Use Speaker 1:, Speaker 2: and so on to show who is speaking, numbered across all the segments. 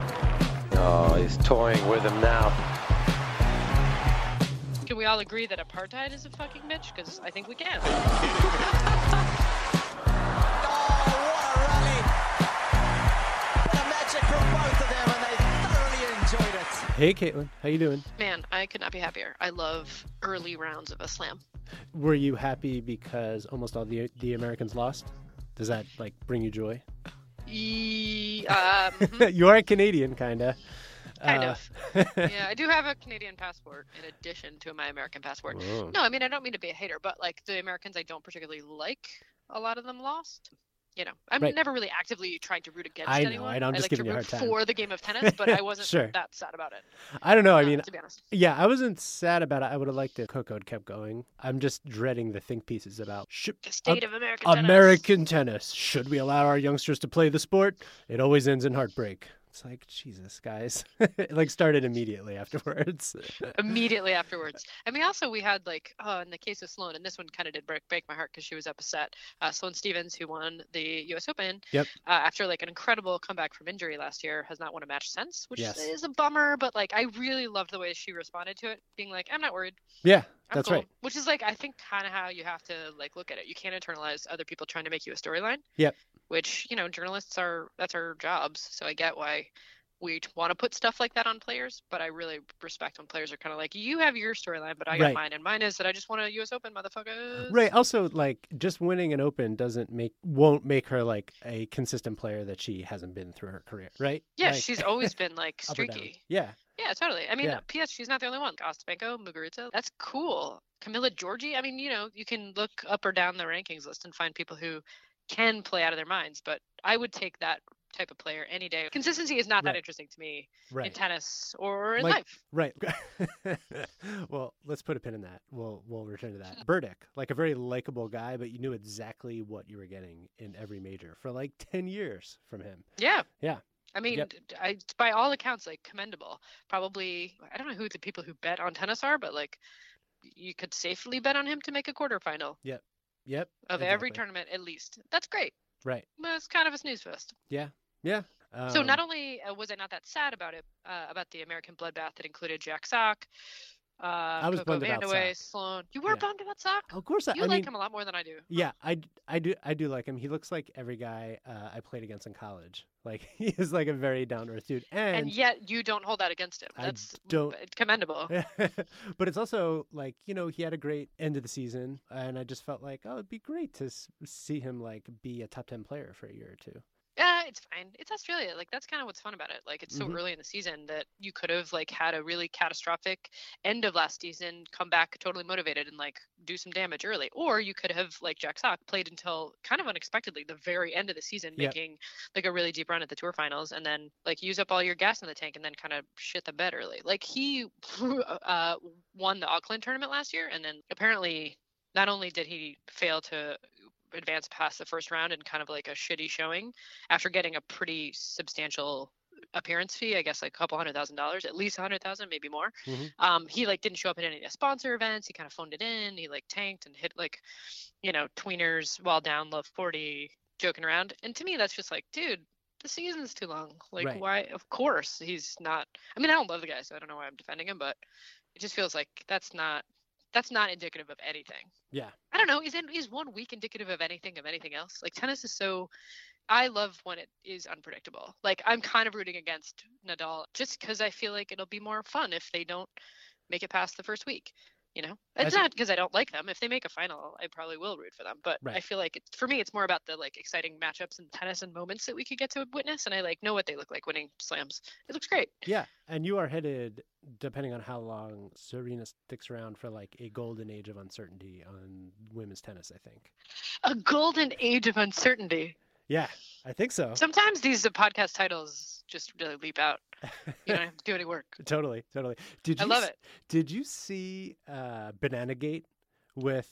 Speaker 1: Oh, he's toying with him now.
Speaker 2: Can we all agree that apartheid is a fucking bitch? Because I think we can.
Speaker 3: Hey, Caitlin, how you doing?
Speaker 2: Man, I could not be happier. I love early rounds of a slam.
Speaker 3: Were you happy because almost all the the Americans lost? Does that like bring you joy?
Speaker 2: E- um, mhm,
Speaker 3: you are a Canadian, kinda.
Speaker 2: kind
Speaker 3: Uh,
Speaker 2: of. Yeah, I do have a Canadian passport in addition to my American
Speaker 3: Uh,
Speaker 2: passport.
Speaker 3: Oh.
Speaker 1: Whoa.
Speaker 2: No, I mean I don't mean to be a hater, but like the Americans I don't particularly like, a lot of them lost. You know, I'm
Speaker 3: Right.
Speaker 2: never really actively trying to root against
Speaker 3: I know,
Speaker 2: anyone.
Speaker 3: I know, I'm just
Speaker 2: like
Speaker 3: giving you
Speaker 2: to
Speaker 3: a
Speaker 2: root
Speaker 3: hard time.
Speaker 2: for the game of tennis, but I wasn't
Speaker 3: Sure.
Speaker 2: that sad about it.
Speaker 3: I don't know. I
Speaker 2: uh,
Speaker 3: mean,
Speaker 2: to be honest.
Speaker 3: yeah, I wasn't sad about it. I would have liked if Coco had kept going. I'm just dreading the think pieces about sh-
Speaker 2: The state of American tennis.
Speaker 3: American tennis. Should we allow our youngsters to play the sport? It always ends in heartbreak. It's like Jesus, guys. it like started immediately afterwards.
Speaker 2: immediately afterwards. I mean, also we had like, oh, in the case of Sloan, and this one kind of did break, break my heart because she was upset. Uh, Sloan Stevens, who won the U.S. Open,
Speaker 3: Yep.
Speaker 2: uh, after like an incredible comeback from injury last year, has not won a match since, which
Speaker 3: Yes.
Speaker 2: is a bummer. But like, I really loved the way she responded to it, being like, I'm not worried.
Speaker 3: yeah,
Speaker 2: I'm
Speaker 3: that's
Speaker 2: cool.
Speaker 3: right.
Speaker 2: Which is like, I think kind of how you have to like look at it. You can't internalize other people trying to make you a storyline.
Speaker 3: Yep.
Speaker 2: Which you know, journalists are that's our jobs. So I get why we want to put stuff like that on players, but I really respect when players are kind of like, you have your storyline, but I got
Speaker 3: Right.
Speaker 2: mine, and mine is that I just want a U.S. Open, motherfuckers.
Speaker 3: Right. Also, like just winning an open doesn't make won't make her like a consistent player that she hasn't been through her career, right?
Speaker 2: Yeah,
Speaker 3: Like,
Speaker 2: she's always been like
Speaker 3: up or down.
Speaker 2: streaky.
Speaker 3: Yeah.
Speaker 2: Yeah, totally. I mean,
Speaker 3: Yeah.
Speaker 2: P.S. She's not the only one. Ostapenko, Muguruza. That's cool. Camilla Giorgi. I mean, you know, you can look up or down the rankings list and find people who can play out of their minds. But I would take that type of player any day. Consistency is not
Speaker 3: Right.
Speaker 2: that interesting to me in
Speaker 3: Right.
Speaker 2: tennis or in
Speaker 3: Like-
Speaker 2: life.
Speaker 3: Right. well, let's put a pin in that. We'll we'll return to that. Burdick, like a very likable guy, but you knew exactly what you were getting in every major for like ten years from him.
Speaker 2: Yeah.
Speaker 3: Yeah.
Speaker 2: I mean,
Speaker 3: Yep.
Speaker 2: d- I, by all accounts, like commendable. Probably, I don't know who the people who bet on tennis are, but like, you could safely bet on him to make a quarterfinal
Speaker 3: Yep.
Speaker 2: of every
Speaker 3: exactly.
Speaker 2: tournament at least. That's great.
Speaker 3: Right.
Speaker 2: Well, it's kind of a snooze fest.
Speaker 3: Yeah.
Speaker 2: So not
Speaker 3: Um,
Speaker 2: only uh, was I not that sad about it, uh, about the American bloodbath that included Jack Sock, uh, I
Speaker 3: was
Speaker 2: Coco
Speaker 3: bummed about
Speaker 2: Vandeweghe,
Speaker 3: Sock.
Speaker 2: Sloan. You were
Speaker 3: Yeah.
Speaker 2: bummed about Sock.
Speaker 3: Of course, I,
Speaker 2: You
Speaker 3: I
Speaker 2: like
Speaker 3: mean,
Speaker 2: him a lot more than I do.
Speaker 3: Yeah, I, d- I do I do like him. He looks like every guy uh, I played against in college. Like he is like a very down to earth dude.
Speaker 2: And,
Speaker 3: And,
Speaker 2: yet you don't hold that against him.
Speaker 3: I
Speaker 2: That's
Speaker 3: don't-
Speaker 2: b- commendable.
Speaker 3: but it's also like you know he had a great end of the season, and I just felt like oh it'd be great to s- see him like be a top ten player for a year or two.
Speaker 2: Yeah, Uh, it's fine. It's Australia. Like that's kind of what's fun about it. Like it's so
Speaker 3: Mhm.
Speaker 2: early in the season that you could have like had a really catastrophic end of last season, come back totally motivated and like do some damage early, or you could have like Jack Sock played until kind of unexpectedly the very end of the season,
Speaker 3: Yep.
Speaker 2: making like a really deep run at the tour finals, and then like use up all your gas in the tank and then kind of shit the bed early. Like he uh, won the Auckland tournament last year, and then apparently not only did he fail to advance past the first round and kind of like a shitty showing after getting a pretty substantial appearance fee, I guess like a couple hundred thousand dollars, at least a hundred thousand, maybe more.
Speaker 3: Mhm.
Speaker 2: Um, he like didn't show up at any of the sponsor events. He kind of phoned it in. He like tanked and hit like, you know, tweeners while down love 40 joking around. And to me, that's just like, dude, the season's too long. Like
Speaker 3: Right.
Speaker 2: why? Of course he's not, I mean, I don't love the guy, so I don't know why I'm defending him, but it just feels like that's not, that's not indicative of anything.
Speaker 3: Yeah,
Speaker 2: I don't know. Is it- is one week indicative of anything of anything else? Like tennis is so. I love when it is unpredictable. Like I'm kind of rooting against Nadal just because I feel like it'll be more fun if they don't make it past the first week. You know, it's
Speaker 3: That's-
Speaker 2: not because I don't like them. If they make a final, I probably will root for them. But I
Speaker 3: Right.
Speaker 2: feel like it, for me, it's more about the like exciting matchups and tennis and moments that we could get to witness. And I like know what they look like winning slams. It looks great.
Speaker 3: yeah. And you are headed, depending on how long Serena sticks around, for like a golden age of uncertainty on women's tennis. I think.
Speaker 2: A golden age of uncertainty.
Speaker 3: Yeah, I think so.
Speaker 2: Sometimes these uh, podcast titles just really leap out. You don't have to do any work.
Speaker 3: Totally, totally. Did
Speaker 2: I
Speaker 3: you
Speaker 2: love
Speaker 3: s-
Speaker 2: it.
Speaker 3: Did you see uh, Banana Gate with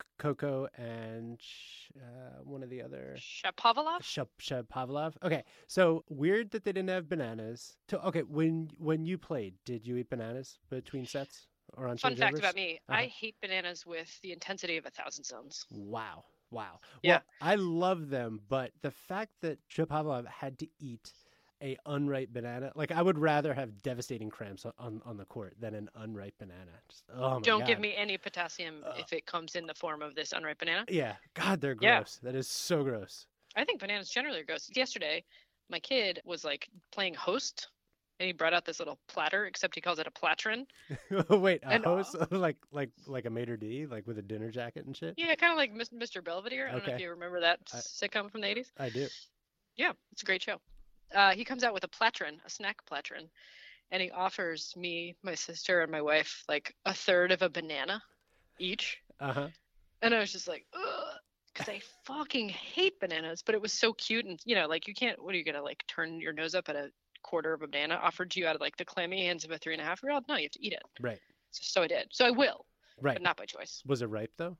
Speaker 3: C- Coco and sh- uh, one of the other
Speaker 2: Shapovalov?
Speaker 3: Shep Pavlov? Okay, so weird that they didn't have bananas. To, okay, when when you played, did you eat bananas between sets or on
Speaker 2: Fun fact
Speaker 3: changeovers?
Speaker 2: about me:
Speaker 3: Uh-huh. Oh
Speaker 2: I hate bananas with the intensity of a thousand suns.
Speaker 3: Wow. Wow.
Speaker 2: Yeah.
Speaker 3: Well, I love them, but the fact that Shapovalov had to eat a unripe banana. Like I would rather have devastating cramps on, on, on the court than an unripe banana. Just, oh my
Speaker 2: Don't give
Speaker 3: God.
Speaker 2: me any potassium
Speaker 3: Uh.
Speaker 2: if it comes in the form of this unripe banana.
Speaker 3: Yeah, God, they're
Speaker 2: Yeah.
Speaker 3: gross. That is so gross.
Speaker 2: I think bananas generally are gross. Yesterday, my kid was like playing host, and he brought out this little platter, except he calls it a platron.
Speaker 3: Wait, a
Speaker 2: And, uh,
Speaker 3: host like like like a maitre d like with a dinner jacket and shit.
Speaker 2: Yeah, kind of like Mis- Mr. Belvedere. I don't know if
Speaker 3: Okay.
Speaker 2: you remember that
Speaker 3: I-
Speaker 2: sitcom from the 80s.
Speaker 3: I do.
Speaker 2: Yeah, it's a great show. Uh, he comes out with a platron, a snack platron, and he offers me, my sister, and my wife like a third of a banana each.
Speaker 3: Uh huh.
Speaker 2: And I was just like, because I fucking hate bananas, but it was so cute. And, you know, like, you can't, what are you going to, like, turn your nose up at a quarter of a banana offered to you out of, like, the clammy hands of a three and a half year old? No, you have to eat it.
Speaker 3: Right.
Speaker 2: So, so I did. So I will,
Speaker 3: Right.
Speaker 2: but not by choice.
Speaker 3: Was it ripe though?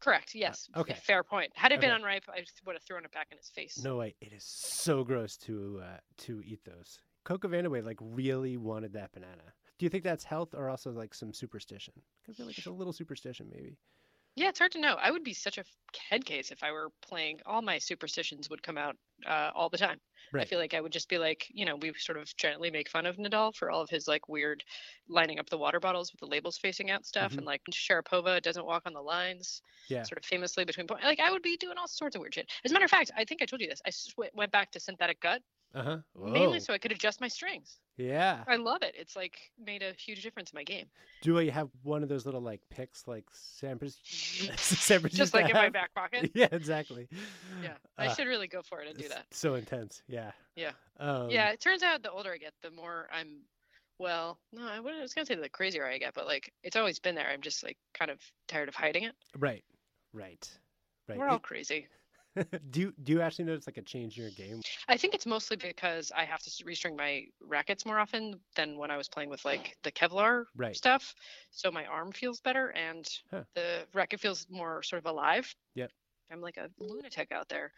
Speaker 2: Correct. Yes.
Speaker 3: okay.
Speaker 2: Fair point. Had it been
Speaker 3: Okay.
Speaker 2: unripe, I would have thrown it back in his face.
Speaker 3: No way. It is so gross to uh, to eat those. Coca Vanaway like really wanted that banana. Do you think that's health or also like some superstition? 'Cause I feel like it's a little superstition maybe.
Speaker 2: Yeah, it's hard to know. I would be such a head case if I were playing. All my superstitions would come out uh, all the time. I
Speaker 3: Right.
Speaker 2: feel like I would just be like, you know, we sort of gently make fun of Nadal for all of his like weird lining up the water bottles with the labels facing out stuff,
Speaker 3: Mhm.
Speaker 2: and like Sharapova doesn't walk on the lines,
Speaker 3: Yeah.
Speaker 2: sort of famously between point. Like I would be doing all sorts of weird shit. As a matter of fact, I think I told you this. I s- w- went back to synthetic gut
Speaker 3: Uh huh.
Speaker 2: mainly so I could adjust my strings.
Speaker 3: Yeah.
Speaker 2: I love it. It's like made a huge difference in my game.
Speaker 3: Do I have one of those little like picks like San Francisco? San Francisco
Speaker 2: just like in my
Speaker 3: have?
Speaker 2: back pocket.
Speaker 3: Yeah, exactly.
Speaker 2: Yeah, I
Speaker 3: Ah,
Speaker 2: should really go for it and do
Speaker 3: it's
Speaker 2: that.
Speaker 3: So intense. Yeah.
Speaker 2: Yeah.
Speaker 3: Um,
Speaker 2: yeah, it turns out the older I get, the more I'm. Well, no, I, wouldn't, I was gonna say the crazier I get, but like it's always been there. I'm just like kind of tired of hiding it.
Speaker 3: Right. Right. Right.
Speaker 2: We're all crazy.
Speaker 3: It- do you, do you actually notice like a change in your game?
Speaker 2: I think it's mostly because I have to s- restring my rackets more often than when I was playing with like the Kevlar
Speaker 3: Right.
Speaker 2: stuff. So my arm feels better and
Speaker 3: Huh.
Speaker 2: the racket feels more sort of alive.
Speaker 3: Yep.
Speaker 2: I'm like a lunatic out there.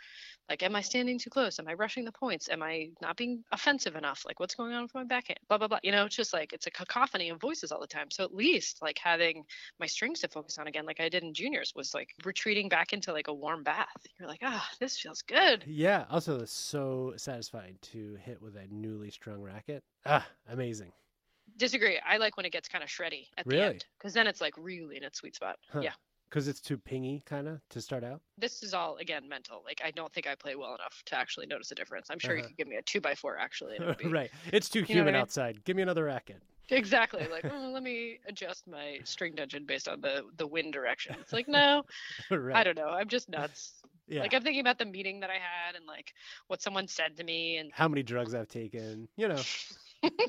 Speaker 2: Like, am I standing too close? Am I rushing the points? Am I not being offensive enough? Like, what's going on with my backhand? Blah, blah, blah. You know, it's just like it's a cacophony of voices all the time. So at least like having my strings to focus on again, like I did in juniors, was like retreating back into like a warm bath. You're like, ah, this feels good.
Speaker 3: Yeah. Also, it's so satisfying to hit with a newly strung racket. Ah, amazing.
Speaker 2: Disagree. I like when it gets kind of shreddy at
Speaker 3: Really?
Speaker 2: the end because then it's like really in its sweet spot.
Speaker 3: Huh.
Speaker 2: Yeah.
Speaker 3: Because it's too pingy, kind of, to start out.
Speaker 2: This is all again mental. Like I don't think I play well enough to actually notice a difference. I'm sure you
Speaker 3: Uh-huh.
Speaker 2: could give me a two by four actually. And it would be...
Speaker 3: right. It's too
Speaker 2: what I
Speaker 3: humid
Speaker 2: mean?
Speaker 3: outside. Give me another racket.
Speaker 2: Exactly. Like "Oh, let me adjust my string tension based on the the wind direction. It's like no,
Speaker 3: right.
Speaker 2: I don't know. I'm just nuts.
Speaker 3: yeah.
Speaker 2: Like I'm thinking about the meeting that I had and like what someone said to me and
Speaker 3: How many drugs I've taken. You know.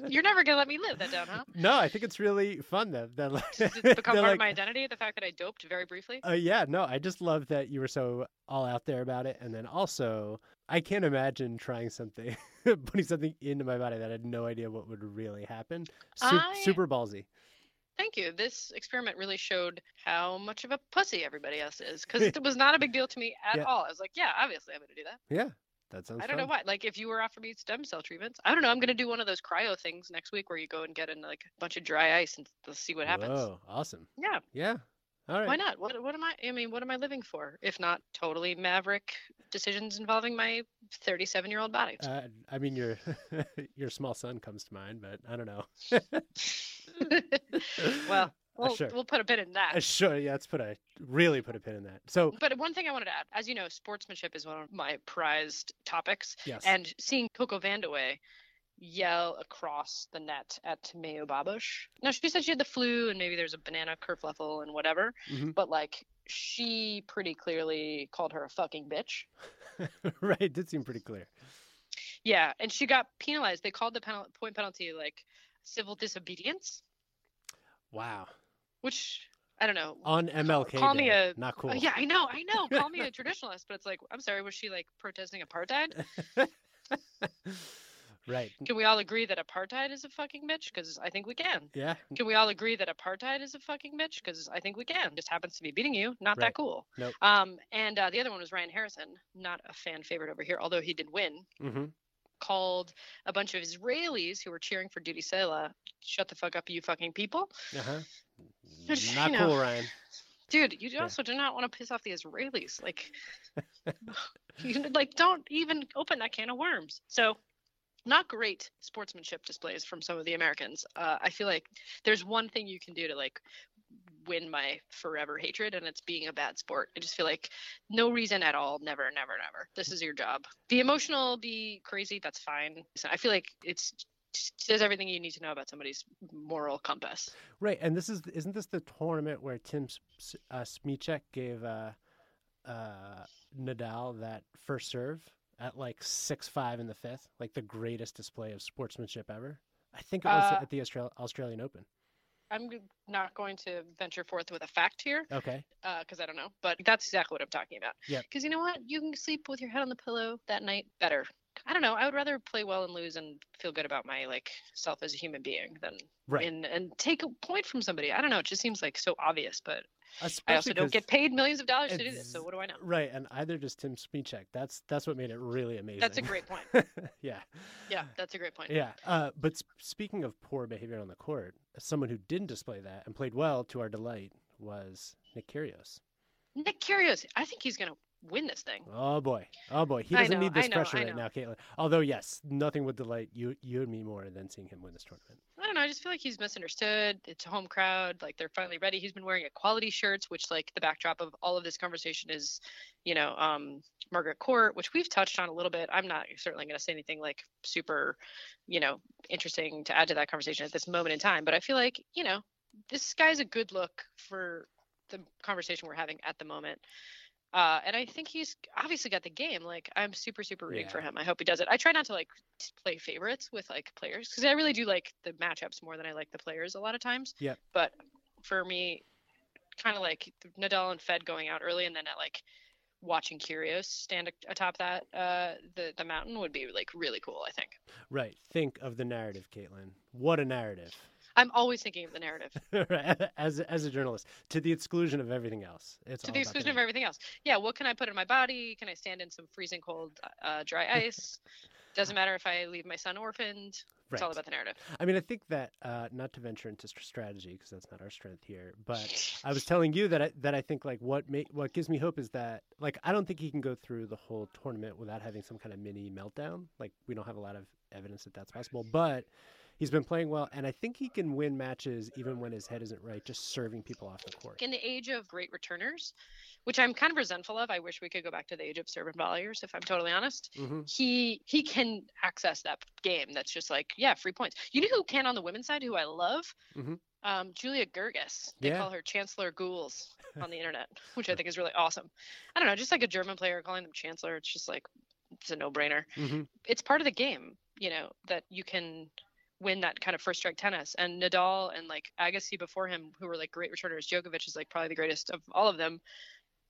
Speaker 2: you're never gonna let me live that down, huh?
Speaker 3: No, I think it's really fun that that like,
Speaker 2: Does it become part
Speaker 3: that, like,
Speaker 2: of my identity? The fact that I doped very briefly.
Speaker 3: Uh, yeah, no, I just love that you were so all out there about it, and then also I can't imagine trying something, putting something into my body that I had no idea what would really happen. Sup-
Speaker 2: I-
Speaker 3: Super ballsy.
Speaker 2: Thank you. This experiment really showed how much of a pussy everybody else is because it was not a big deal to me at
Speaker 3: Yeah.
Speaker 2: all. I was like, yeah, obviously I'm going to do that.
Speaker 3: Yeah, that sounds.
Speaker 2: I don't know
Speaker 3: fun.
Speaker 2: why. Like, if you were offering me stem cell treatments, I don't know. I'm going to do one of those cryo things next week where you go and get in like a bunch of dry ice and let's see what happens.
Speaker 3: Whoa, awesome.
Speaker 2: Yeah,
Speaker 3: Yeah. All right.
Speaker 2: why not? What, what am I? I mean, what am I living for if not totally maverick decisions involving my 37 year old body?
Speaker 3: Uh, I mean, your your small son comes to mind, but I don't know.
Speaker 2: well, we'll,
Speaker 3: sure.
Speaker 2: we'll put a bit in that.
Speaker 3: Uh, sure. Yeah, let's put a really put a pin in that. So
Speaker 2: But one thing I wanted to add, as you know, sportsmanship is one of my prized topics,
Speaker 3: yes.
Speaker 2: and seeing Coco Vandaway yell across the net at Tamayo Babush. Now she said she had the flu, and maybe there's a banana kerfluffle and whatever,
Speaker 3: Mhm.
Speaker 2: but like she pretty clearly called her a fucking bitch.
Speaker 3: right, it did seem pretty clear.
Speaker 2: Yeah, and she got penalized. They called the penal- point penalty like civil disobedience,
Speaker 3: Wow.
Speaker 2: which I don't know.
Speaker 3: On MLK
Speaker 2: call me
Speaker 3: Day,
Speaker 2: a-
Speaker 3: not cool.
Speaker 2: Uh, yeah, I know, I know. Call me a traditionalist, but it's like, I'm sorry, was she like protesting apartheid?
Speaker 3: right.
Speaker 2: Can we all agree that apartheid is a fucking bitch? Because I think we can.
Speaker 3: Yeah.
Speaker 2: Can we all agree that apartheid is a fucking bitch? Because I think we can. Just happens to be beating you. Not
Speaker 3: Right.
Speaker 2: that cool.
Speaker 3: Nope.
Speaker 2: Um, and uh, the other one was Ryan Harrison, not a fan favorite over here, although he did win.
Speaker 3: Mm-hmm.
Speaker 2: Called a bunch of Israelis who were cheering for Duty Sela, shut the fuck up, you fucking people.
Speaker 3: Uh-huh.
Speaker 2: Just,
Speaker 3: Not
Speaker 2: you know.
Speaker 3: cool, Ryan.
Speaker 2: Dude, you also do not want to piss off the Israelis. Like, you, like don't even open that can of worms. So not great sportsmanship displays from some of the Americans. Uh, I feel like there's one thing you can do to like win my forever hatred, and it's being a bad sport. I just feel like no reason at all. Never, never, never. This is your job. Be emotional, be crazy. That's fine. So I feel like it's says everything you need to know about somebody's moral compass.
Speaker 3: Right, and this is isn't this the tournament where Tim uh, Smichek gave uh, uh, Nadal that first serve at like six five in the fifth, like the greatest display of sportsmanship ever. I think it was
Speaker 2: Uh,
Speaker 3: at the Austral- Australian Open.
Speaker 2: I'm not going to venture forth with a fact here
Speaker 3: Okay,
Speaker 2: because uh, I don't know, but that's exactly what I'm talking about.
Speaker 3: Yep.
Speaker 2: Because you know what? You can sleep with your head on the pillow that night better. I don't know. I would rather play well and lose and feel good about my like self as a human being than
Speaker 3: right.
Speaker 2: and and take a point from somebody. I don't know. It just seems like so obvious, but
Speaker 3: Especially
Speaker 2: I also don't
Speaker 3: 'cause-
Speaker 2: get paid millions of dollars to do this.
Speaker 3: Ex-
Speaker 2: So what do I know?
Speaker 3: Right, and either just Tim Smichek. That's that's what made it really amazing.
Speaker 2: That's a great point.
Speaker 3: yeah.
Speaker 2: Yeah, that's a great point.
Speaker 3: Yeah. Uh, but sp- speaking of poor behavior on the court, someone who didn't display that and played well to our delight was Nick Kyrgios.
Speaker 2: Nick Curios, I think he's gonna win this thing.
Speaker 3: Oh boy. Oh boy. He
Speaker 2: I
Speaker 3: doesn't
Speaker 2: know,
Speaker 3: need this
Speaker 2: I know,
Speaker 3: pressure
Speaker 2: I
Speaker 3: right
Speaker 2: know.
Speaker 3: now, Caitlin. Although yes, nothing would delight you you and me more than seeing him win this tournament.
Speaker 2: I don't know. I just feel like he's misunderstood. It's a home crowd. Like they're finally ready. He's been wearing equality shirts, which like the backdrop of all of this conversation is, you know, um, Margaret Court, which we've touched on a little bit. I'm not certainly going to say anything like super, you know, interesting to add to that conversation at this moment in time. But I feel like you know, this guy's a good look for the conversation we're having at the moment. Uh, and I think he's obviously got the game. Like I'm super, super rooting for
Speaker 3: Yeah.
Speaker 2: him. I hope he does it. I try not to like t- play favorites with like players because I really do like the matchups more than I like the players a lot of times.
Speaker 3: Yep.
Speaker 2: But for me, kind of like Nadal and Fed going out early, and then at like watching Curios stand a- atop that uh, the the mountain would be like really cool. I think
Speaker 3: Right. Think of the narrative, Caitlin. What a narrative.
Speaker 2: I'm always thinking of the narrative
Speaker 3: as as a journalist, to the exclusion of everything else. It's
Speaker 2: to
Speaker 3: all
Speaker 2: the
Speaker 3: about
Speaker 2: exclusion of
Speaker 3: narrative.
Speaker 2: everything else. Yeah. What can I put in my body? Can I stand in some freezing cold, uh, dry ice? Doesn't matter if I leave my son orphaned. It's all
Speaker 3: Right.
Speaker 2: about the narrative.
Speaker 3: I mean, I think that uh, not to venture into str- strategy because that's not our strength here, but I was telling you that I, that I think like what ma- what gives me hope is that like I don't think he can go through the whole tournament without having some kind of mini meltdown. Like we don't have a lot of evidence that that's possible, but he's been playing well, and I think he can win matches even when his head isn't right, just serving people off the court.
Speaker 2: in the age of great returners, which I'm kind of resentful of. I wish we could go back to the age of servant volleyers, if I'm totally honest.
Speaker 3: hmm
Speaker 2: He he can access that game. That's just like yeah, free points. You know who can on the women's side, who I love,
Speaker 3: Mhm.
Speaker 2: um, Julia Gerges. They
Speaker 3: Yeah.
Speaker 2: call her Chancellor Ghouls on the internet, which I think is really awesome. I don't know, just like a German player calling them Chancellor. It's just like it's a no-brainer
Speaker 3: hmm
Speaker 2: it's part of the game, you know, that you can win that kind of first strike tennis. And Nadal and like Agassi before him, who were like great returners, Djokovic is like probably the greatest of all of them.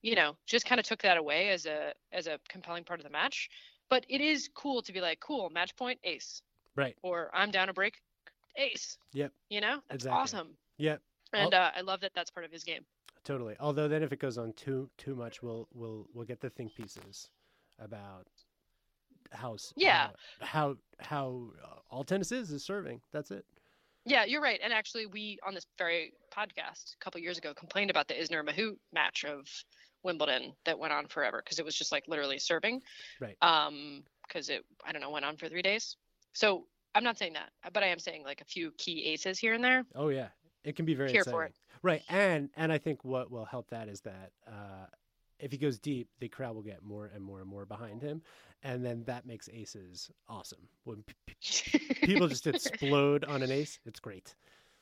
Speaker 2: You know, just kind of took that away as a as a compelling part of the match. But it is cool to be like, cool, match point, ace,
Speaker 3: Right.
Speaker 2: or I'm down a break, ace.
Speaker 3: Yep.
Speaker 2: You know, that's
Speaker 3: Exactly.
Speaker 2: awesome.
Speaker 3: Yep.
Speaker 2: And uh, I love that that's part of his game.
Speaker 3: Totally. Although then, if it goes on too too much, we'll we'll we'll get the think pieces about how s- uh,
Speaker 2: Yeah.
Speaker 3: how how, how uh, all tennis is is serving. That's it.
Speaker 2: Yeah, you're right. And actually, we on this very podcast a couple years ago complained about the Isner Mahout match of Wimbledon that went on forever because it was just like literally serving.
Speaker 3: Right.
Speaker 2: Um, because it I don't know went on for three days. So I'm not saying that, but I am saying like a few key aces here and there.
Speaker 3: Oh yeah, it can be very
Speaker 2: Here
Speaker 3: exciting.
Speaker 2: for it.
Speaker 3: Right, and and I think what will help that is that uh, if he goes deep, the crowd will get more and more and more behind him, and then that makes aces awesome. When p- p- people just explode on an ace, it's great.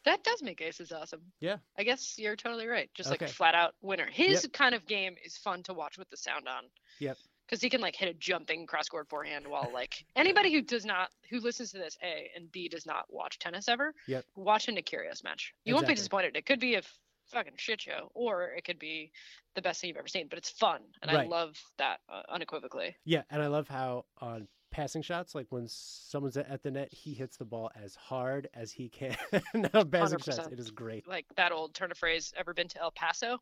Speaker 2: that does make aces awesome.
Speaker 3: Yeah.
Speaker 2: I guess you're totally right. Just like
Speaker 3: Okay.
Speaker 2: flat out winner. His kind of game is fun to watch with the sound on.
Speaker 3: Yep.
Speaker 2: because he can like hit a jumping cross court forehand while like anybody who does not who listens to this a and b does not watch tennis ever
Speaker 3: Yep.
Speaker 2: watch a curious match you won't be
Speaker 3: Exactly.
Speaker 2: disappointed it could be a fucking shit show or it could be the best thing you've ever seen but it's fun and i
Speaker 3: Right.
Speaker 2: love that uh, unequivocally
Speaker 3: Yeah, and I love how on passing shots, like when someone's at at the net, he hits the ball as hard as he can. on passing shots,
Speaker 2: 100%.
Speaker 3: it is great.
Speaker 2: like that old turn of phrase ever been to el paso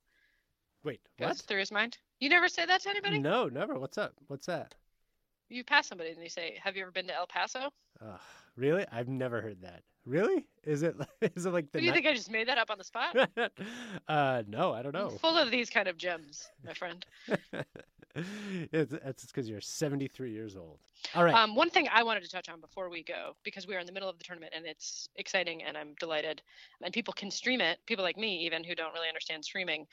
Speaker 3: Wait,
Speaker 2: goes
Speaker 3: what?
Speaker 2: through his mind you never say that to anybody
Speaker 3: No, never. What's up? What's that?
Speaker 2: you pass somebody and you say have you ever been to el paso
Speaker 3: Ugh, really? I've never heard that. Really? Is it? Is it like the?
Speaker 2: do you
Speaker 3: ni-
Speaker 2: think i just made that up on the spot
Speaker 3: uh, no, I don't
Speaker 2: I'm
Speaker 3: know.
Speaker 2: full of these kind of gems my friend
Speaker 3: it's, that's because you're 73 years old. All right.
Speaker 2: Um, one thing I wanted to touch on before we go, because we are in the middle of the tournament and it's exciting and I'm delighted, and people can stream it, people like me even who don't really understand streaming,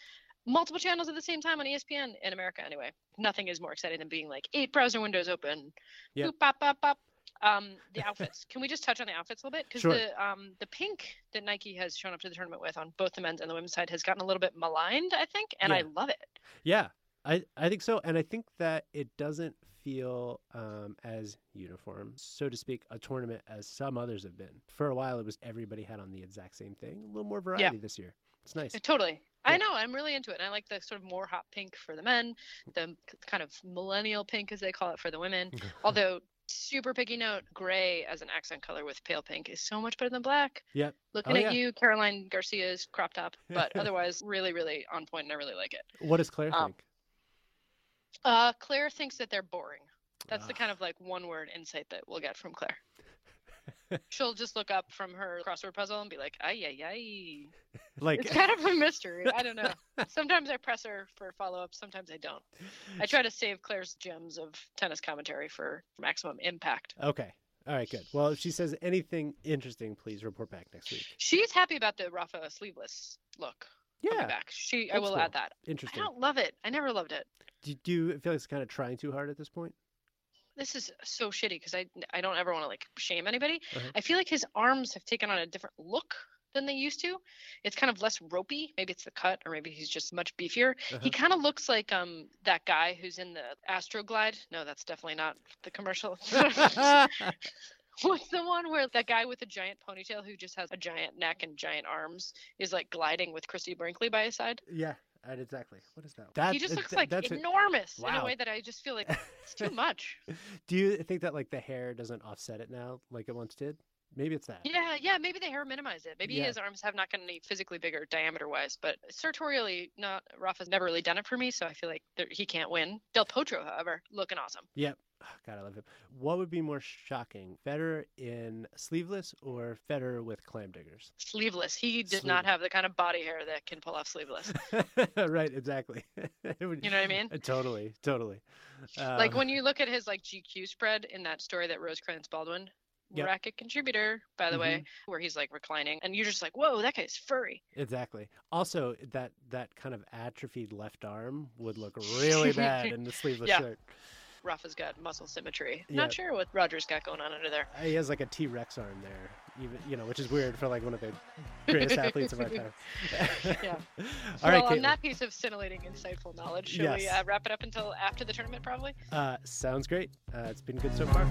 Speaker 2: multiple channels at the same time on E ESPN in America anyway. Nothing is more exciting than being like eight browser windows open.
Speaker 3: Yep.
Speaker 2: Boop, bop, bop, bop. Um, the outfits. Can we just touch on the outfits a little bit? Because
Speaker 3: Sure.
Speaker 2: the um, the pink that Nike has shown up to the tournament with on both the men's and the women's side has gotten a little bit maligned, I think, and I
Speaker 3: Yeah.
Speaker 2: love it.
Speaker 3: yeah, I, I think so. And I think that it doesn't feel um, as uniform, so to speak, a tournament as some others have been. For a while, it was everybody had on the exact same thing. A little more variety this year. It's nice.
Speaker 2: Yeah, Uh, Totally.
Speaker 3: Yeah.
Speaker 2: I know. I'm really into it. And I like the sort of more hot pink for the men, the k- kind of millennial pink, as they call it, for the women. Although, super picky note, gray as an accent color with pale pink is so much better than black.
Speaker 3: Yep.
Speaker 2: Looking
Speaker 3: Oh,
Speaker 2: at
Speaker 3: yeah.
Speaker 2: you, Caroline Garcia's crop top, but otherwise, really, really on point, and I really like it.
Speaker 3: What does Claire
Speaker 2: Um,
Speaker 3: think?
Speaker 2: Uh, Claire thinks that they're boring. That's the
Speaker 3: Ah.
Speaker 2: kind of like one word insight that we'll get from Claire. She'll just look up from her crossword puzzle and be like, ay, ay, ay.
Speaker 3: Like,
Speaker 2: It's kind of a mystery. I don't know. Sometimes I press her for follow up, sometimes I don't. I try to save Claire's gems of tennis commentary for maximum impact.
Speaker 3: okay. All right, good. Well, if she says anything interesting, please report back next week.
Speaker 2: She's happy about the Rafa sleeveless look coming
Speaker 3: Yeah,
Speaker 2: back. She I
Speaker 3: that's
Speaker 2: will
Speaker 3: cool.
Speaker 2: add that. I
Speaker 3: interesting.
Speaker 2: don't love it. I never loved it.
Speaker 3: Do, do you feel like it's kind of trying too hard at this point?
Speaker 2: This is so shitty because I I don't ever want to like shame anybody.
Speaker 3: Uh-huh.
Speaker 2: I feel like his arms have taken on a different look than they used to. It's kind of less ropey. Maybe it's the cut, or maybe he's just much beefier.
Speaker 3: Uh-huh.
Speaker 2: He kind of looks like um that guy who's in the Astroglide. No, that's definitely not the commercial.
Speaker 3: Uh-huh.
Speaker 2: What's the one where that guy with a giant ponytail who just has a giant neck and giant arms is like gliding with Christy Brinkley by his side?
Speaker 3: yeah, right, exactly. What is that? That
Speaker 2: he just
Speaker 3: uh,
Speaker 2: looks
Speaker 3: th-
Speaker 2: like
Speaker 3: that's it.
Speaker 2: enormous in
Speaker 3: Wow.
Speaker 2: a way that I just feel like it's too much.
Speaker 3: Do you think that like the hair doesn't offset it now like it once did? Maybe it's that.
Speaker 2: Yeah, yeah, maybe the hair minimized it. Maybe
Speaker 3: Yeah.
Speaker 2: his arms have not gotten any physically bigger diameter wise, but sartorially, not Rafa's never really done it for me, so I feel like there, he can't win. Del Potro, however, looking awesome.
Speaker 3: Yep. Ah, God, I love him. What would be more shocking, Federer in sleeveless or Federer with clam diggers?
Speaker 2: Sleeveless. He did not
Speaker 3: Sleeveless.
Speaker 2: have the kind of body hair that can pull off sleeveless.
Speaker 3: Uh. right, exactly. It would-
Speaker 2: You know what I mean?
Speaker 3: Uh, Totally, totally.
Speaker 2: like
Speaker 3: Um,
Speaker 2: when you look at his like GQ spread in that story that Rose Krantz Baldwin,
Speaker 3: Yep. Mm-hmm.
Speaker 2: racket contributor, by the way, where he's like reclining, and you're just like, whoa, that guy's furry.
Speaker 3: Um, Exactly. Also, that that kind of atrophied left arm would look really bad in the sleeveless
Speaker 2: Yeah.
Speaker 3: shirt.
Speaker 2: Rafa's got muscle symmetry.
Speaker 3: Yep.
Speaker 2: Not sure what Roger's got going on under there.
Speaker 3: Uh, He has like a T Rex arm there, even you know, which is weird for like one of the greatest athletes of our time.
Speaker 2: Yeah.
Speaker 3: All right,
Speaker 2: well, on
Speaker 3: Caitlin.
Speaker 2: that piece of scintillating, insightful knowledge, should we
Speaker 3: Yes.
Speaker 2: uh, wrap it up until after the tournament, probably?
Speaker 3: Uh, sounds great. Uh, it's been good so far.